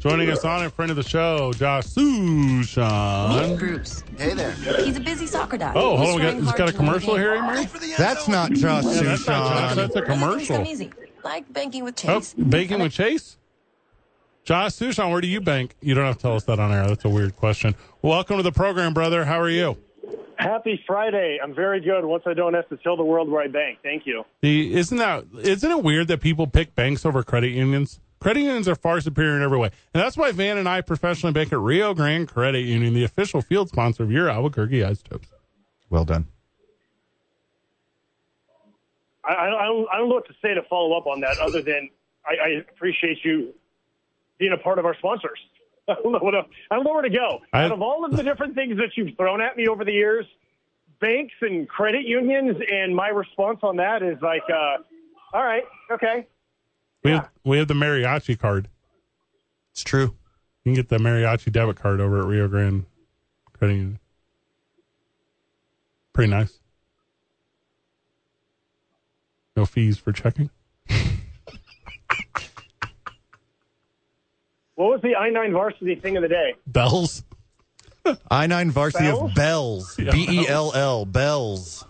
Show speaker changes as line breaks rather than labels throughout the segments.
Joining us on in front of the show, Josh Sushan.
Groups.
Hey there.
He's a busy soccer dad.
Oh, hold on.
He's
We got,
trying
it's got
hard
a
to win the
commercial
game.
here, Amory?
That's not Josh
That's not Josh.
Sushan.
That's a
Why do you think it's
commercial.
Come easy. Like banking with
Oh,
Chase.
banking with Chase? Josh Sushan, where do you bank? You don't have to tell us that on air. That's a weird question. Welcome to the program, brother. How are you?
Happy Friday. I'm very good. Once I don't have to tell the world where I bank. Thank you.
The isn't that isn't it weird that people pick banks over credit unions? Credit unions are far superior in every way, and that's why Van and I professionally bank at Rio Grande Credit Union, the official field sponsor of your Albuquerque Isotopes.
Well done.
I, I, I don't- I don't know what to say to follow up on that other than I, I appreciate you being a part of our sponsors. I don't know, what else, I don't know where to go.
I-
Out of all of the different things that you've thrown at me over the years, banks and credit unions, and my response on that is like, uh, all right, okay.
We have we have the mariachi card.
It's true.
You can get the mariachi debit card over at Rio Grande Credit Union. Pretty nice. No fees for checking.
What was the I 9 varsity thing of the day?
Bells.
I nine varsity of Bells.
Yeah.
B e l l Bells.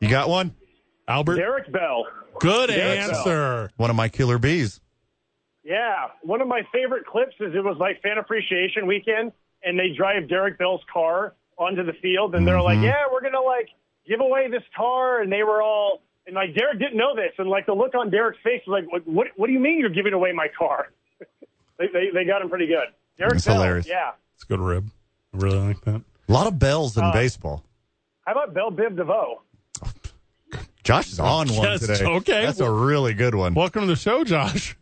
You got one?
Albert.
Derek Bell.
Good
Derek Bell.
answer.
One of my killer bees.
Yeah, one of my favorite clips is it was like fan appreciation weekend, and they drive Derek Bell's car onto the field, and they're
Mm-hmm.
like, "Yeah, we're gonna like give away this car," and they were all, and like Derek didn't know this, and like the look on Derek's face was like, "What? What, what do you mean you're giving away my car?" they, they they got him pretty good. Derek
That's
Bell,
hilarious.
yeah.
It's a good rib. I really like that.
A lot of bells in
Uh,
baseball.
How about Bell Biv DeVoe?
Josh is on one
Yes,
today.
okay.
That's a really good one.
Welcome to the show, Josh.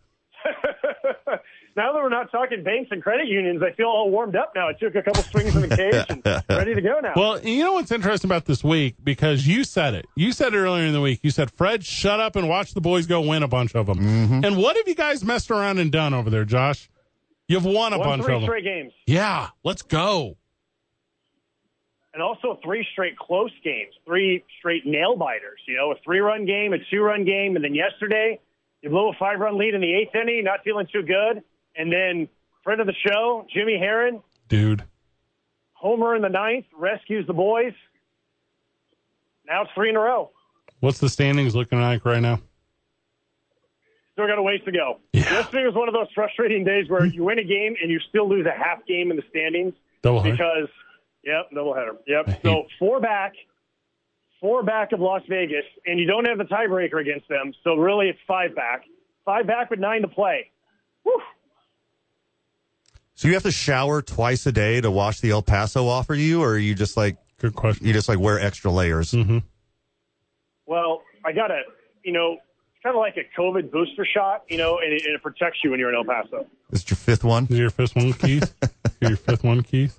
Now that we're not talking banks and credit unions, I feel all warmed up now. I took a couple swings in the cage and ready to go now.
Well, you know what's interesting about this week because you said it. You said it earlier in the week. You said, "Fred, shut up and watch the boys go win a bunch of them." And what have you guys messed around and done over there, Josh? You've won a
Won
bunch
three
of them.
straight games.
Yeah, let's go.
and also three straight close games, three straight nail biters. You know, a three-run game, a two-run game, and then yesterday you blew a five-run lead in the eighth inning, not feeling too good, and then friend of the show, Jimmy Heron,
Dude,
homer in the ninth, rescues the boys. Now it's three in a row.
what's the standings looking like right now?
Still got a ways to go.
Yeah.
Yesterday was one of those frustrating days where you win a game and you still lose a half game in the standings.
Double header.
because yep, doubleheader. Yep. So four back, four back of Las Vegas, and you don't have the tiebreaker against them. So really, it's five back, five back with nine to play. Whew.
So you have to shower twice a day to wash the El Paso off of you, or are you just like
Good question.
you just like wear extra layers?
Hmm.
Well, I got to, you know, it's kind of like a COVID booster shot, you know, and it, and it protects you when you're in El Paso.
Is it your fifth one?
Is your fifth one, Keith? Is your fifth one, Keith?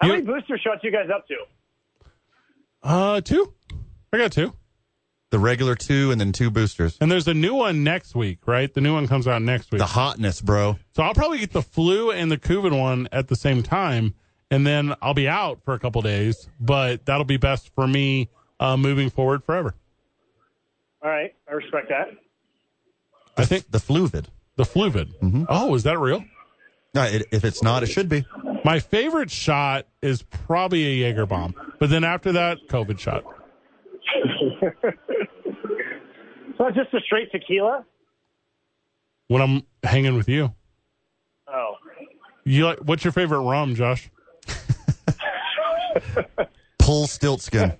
How
You-
many booster shots you guys up to?
Uh, two. I got two.
The regular two and then two boosters.
And there's a new one next week, right? The new one comes out next week.
The hotness, bro.
So I'll probably get the flu and the COVID one at the same time, and then I'll be out for a couple days. But that'll be best for me uh, moving forward forever.
All right, I respect that.
I think
The fluvid.
the fluvid. Oh, is that real?
No, it, if it's not, it should be.
My favorite shot is probably a Jaeger bomb, but then after that, COVID shot.
It's not just a straight tequila.
When I'm hanging with you,
Oh,
you like what's your favorite rum, Josh?
Pull Stiltskin.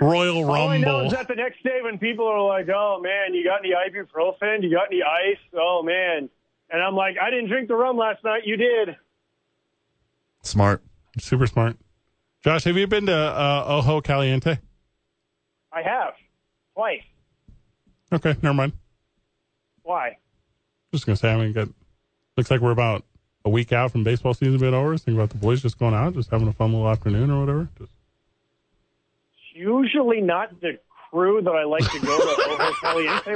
Royal
All I know
Rumble.
is that the next day when people are like, "Oh man, you got any ibuprofen? You got any ice? Oh man," and I'm like, "I didn't drink the rum last night. You did."
Smart.
Super smart. Josh, have you been to uh, Ojo Caliente?
I have twice.
Okay, never mind.
Why?
just gonna say I haven't got. Looks like we're about a week out from baseball season being over, think about the boys just going out, just having a fun little afternoon or whatever. Just,
Usually not the crew that I like to go to Ovo Caliente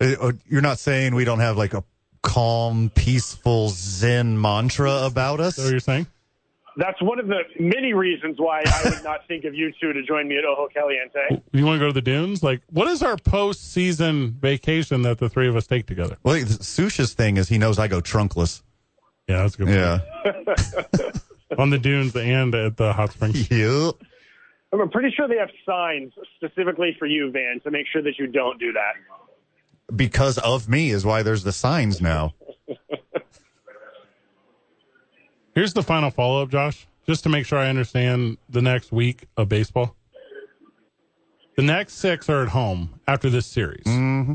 with.
Uh, uh, You're not saying we don't have like a calm, peaceful Zen mantra about
is
us?
that what you're saying?
That's one of the many reasons why I would not think of you two to join me at Ojo Caliente.
Do you want to go to the dunes? Like, what is our postseason vacation that the three of us take together?
Well, Susha's thing is he knows I go trunkless.
Yeah, that's a good.
Yeah.
point. on the dunes and at the hot springs.
yeah.
I'm pretty sure they have signs specifically for you, Van, to make sure that you don't do that.
Because of me is why there's the signs now.
Here's the final follow up, Josh, just to make sure I understand the next week of baseball. The next six are at home after this series. Mm-hmm.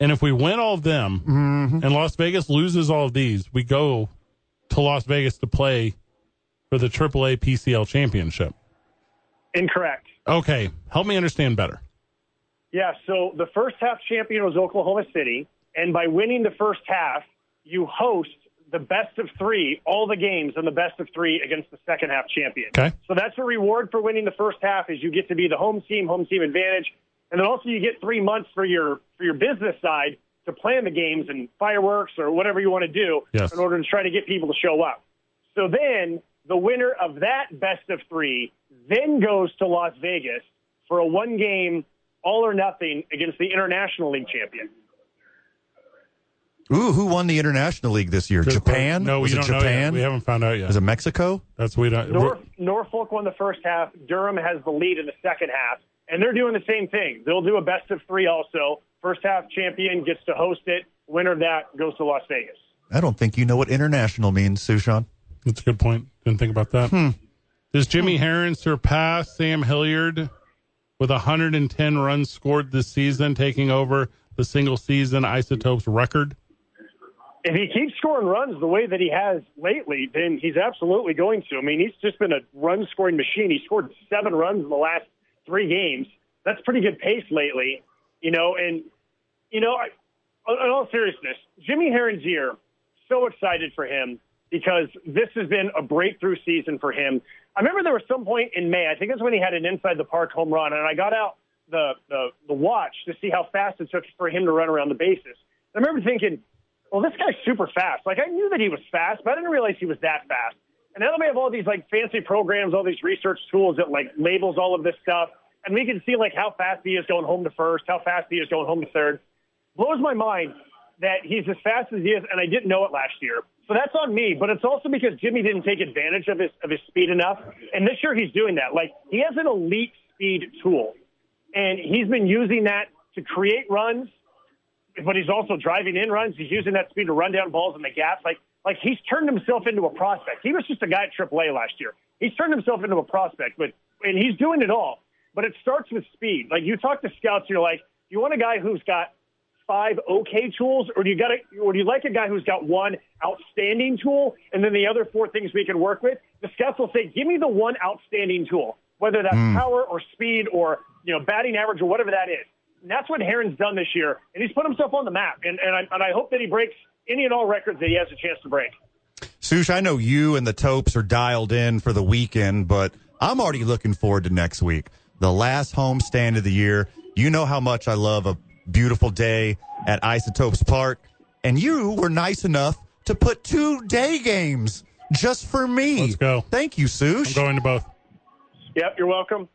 And if we win all of them
Mm-hmm.
and Las Vegas loses all of these, we go to Las Vegas to play for the AAA PCL championship.
Incorrect.
Okay, help me understand better.
Yeah, so the first half champion was Oklahoma City, and by winning the first half, you host the best of three, all the games in the best of three against the second half champion.
Okay.
So that's a reward for winning the first half is you get to be the home team, home team advantage, and then also you get three months for your for your business side to plan the games and fireworks or whatever you want to do
Yes.
in order to try to get people to show up. So then the winner of that best of three then goes to Las Vegas for a one game all or nothing against the international league champion.
Ooh, who won the International League this year? Japan?
No, we
was
don't
it
know yet.
Japan?
We haven't found out yet.
Was it Mexico?
That's we don't.
North, Norfolk won the first half. Durham has the lead in the second half, and they're doing the same thing. They'll do a best of three also. First half champion gets to host it. Winner of that goes to Las Vegas.
I don't think you know what international means, Sushan.
That's a good point. Didn't think about that.
Hmm.
Does Jimmy Heron surpass Sam Hilliard with 110 runs scored this season, taking over the single season isotopes record?
If he keeps scoring runs the way that he has lately, then he's absolutely going to. I mean, he's just been a run scoring machine. He scored seven runs in the last three games. That's pretty good pace lately, you know. And you know, I, in all seriousness, Jimmy Heron's year, so excited for him because this has been a breakthrough season for him. I remember there was some point in May, I think it was when he had an inside the park home run, and I got out the, the, the watch to see how fast it took for him to run around the bases. I remember thinking, well, this guy's super fast. Like, I knew that he was fast, but I didn't realize he was that fast. And now that we have all these like fancy programs, all these research tools that like labels all of this stuff, and we can see like how fast he is going home to first, how fast he is going home to third blows my mind that he's as fast as he is, and I didn't know it last year. So that's on me, but it's also because Jimmy didn't take advantage of his of his speed enough. And this year he's doing that. Like he has an elite speed tool, and he's been using that to create runs, but he's also driving in runs. He's using that speed to run down balls in the gaps. Like like he's turned himself into a prospect. He was just a guy at AAA last year. He's turned himself into a prospect, but and he's doing it all. But it starts with speed. Like you talk to scouts, you're like, you want a guy who's got five okay tools, or do you got a, or do you like a guy who's got one outstanding tool, and then the other four things we can work with? The scouts will say, give me the one outstanding tool, whether that's power or speed or you know batting average or whatever that is. And that's what Heron's done this year, and he's put himself on the map, and and I, and I hope that he breaks any and all records that he has a chance to break.
Sush, I know you and the Topes are dialed in for the weekend, but I'm already looking forward to next week. The last homestand of the year. You know how much I love a beautiful day at Isotopes Park. And you were nice enough to put two day games just for me.
Let's go.
Thank you,
I'm
Sush.
going to both.
Yep, you're welcome.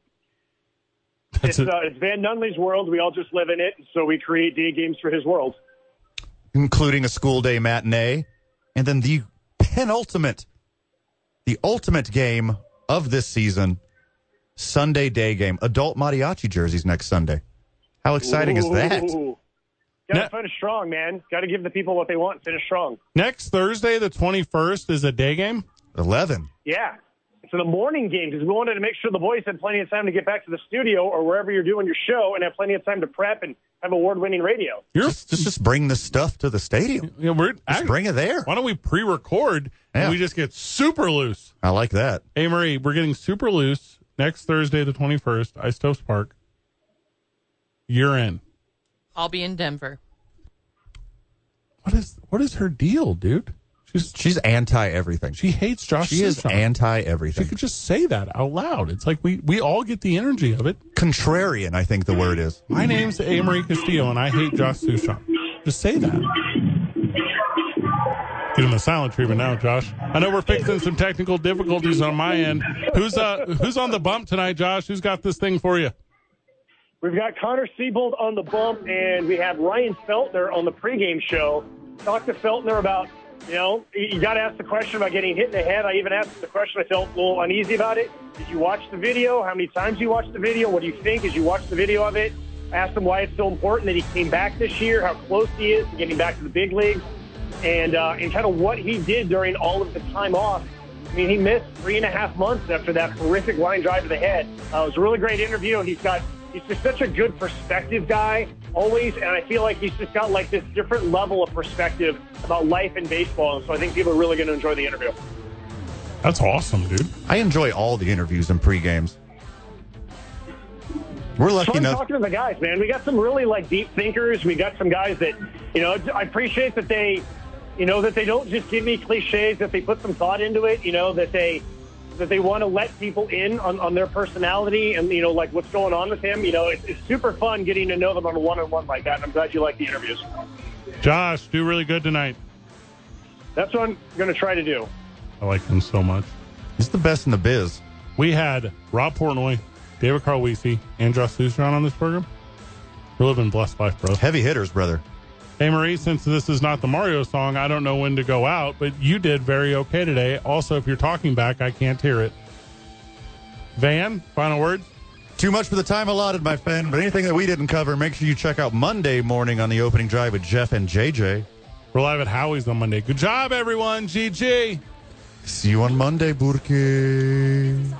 That's
it's,
it.
uh, it's Van Nunley's world. We all just live in it, so we create day games for his world.
Including a school day matinee. And then the penultimate, the ultimate game of this season, Sunday day game. Adult mariachi jerseys next Sunday. How exciting is that?
Got
Ne-
to finish strong, man. Got to give the people what they want. Finish strong.
Next Thursday, the 21st, is a day game.
11.
Yeah. So the morning game because we wanted to make sure the boys had plenty of time to get back to the studio or wherever you're doing your show and have plenty of time to prep and have award-winning radio.
You're
Just, just, just bring the stuff to the stadium.
yeah, we're
Just bring it there.
Why don't we pre-record
Yeah.
and we just get super loose?
I like that.
Hey Marie, we're getting super loose next Thursday, the 21st, Isotopes Park. You're in.
I'll be in Denver.
What is what is her deal, dude? She's
She's anti everything.
she hates Josh.
She is
Sisson.
anti
She
everything.
could just say that out loud. It's like we we all get the energy of it.
Contrarian, I think the word is.
My name's Amory Castillo, and I hate Josh Sushan. Just say that. Get in the silent treatment now, Josh. I know we're fixing some technical difficulties on my end. Who's uh who's on the bump tonight, Josh? Who's got this thing for you?
We've got Connor Siebold on the bump, and we have Ryan Feltner on the pregame show. Talked to Feltner about, you know, you- you got to ask the question about getting hit in the head. I even asked the question. I felt a little uneasy about it. Did you watch the video? How many times you watched the video? What do you think as you watch the video of it? Asked him why it's so important that he came back this year, how close he is to getting back to the big leagues, and uh, and kind of what he did during all of the time off I mean, he missed three and a half months after that horrific line drive to the head. Uh, it was a really great interview. He's got, he's just such a good perspective guy always. And I feel like he's just got like this different level of perspective about life and baseball. And so I think people are really going to enjoy the interview.
That's awesome, dude.
I enjoy all the interviews and pre-games. We're
It's
lucky
fun
enough.
talking to the guys, man. We got some really like deep thinkers. We got some guys that, you know, I appreciate that they, you know, that they don't just give me cliches. That they put some thought into it. You know, that they, that they want to let people in on, on their personality and you know, like what's going on with him. You know, it's, it's super fun getting to know them on a one-on-one like that. And I'm glad you like the interviews.
Josh, do really good tonight.
That's what I'm going to try to do.
I like him so much.
It's the best in the biz.
We had Rob Portnoy, David Carlisi, and Josh Sushan on this program. We're living a blessed life, bro.
Heavy hitters, brother.
Hey Marie, since this is not the Mario song, I don't know when to go out, but you did very okay today. Also, if you're talking back, I can't hear it. Van, final words?
Too much for the time allotted, my friend. But anything that we didn't cover, make sure you check out Monday morning on the opening drive with Jeff and JJ.
We're live at Howie's on Monday. Good job, everyone. GG.
See you on Monday, Burke.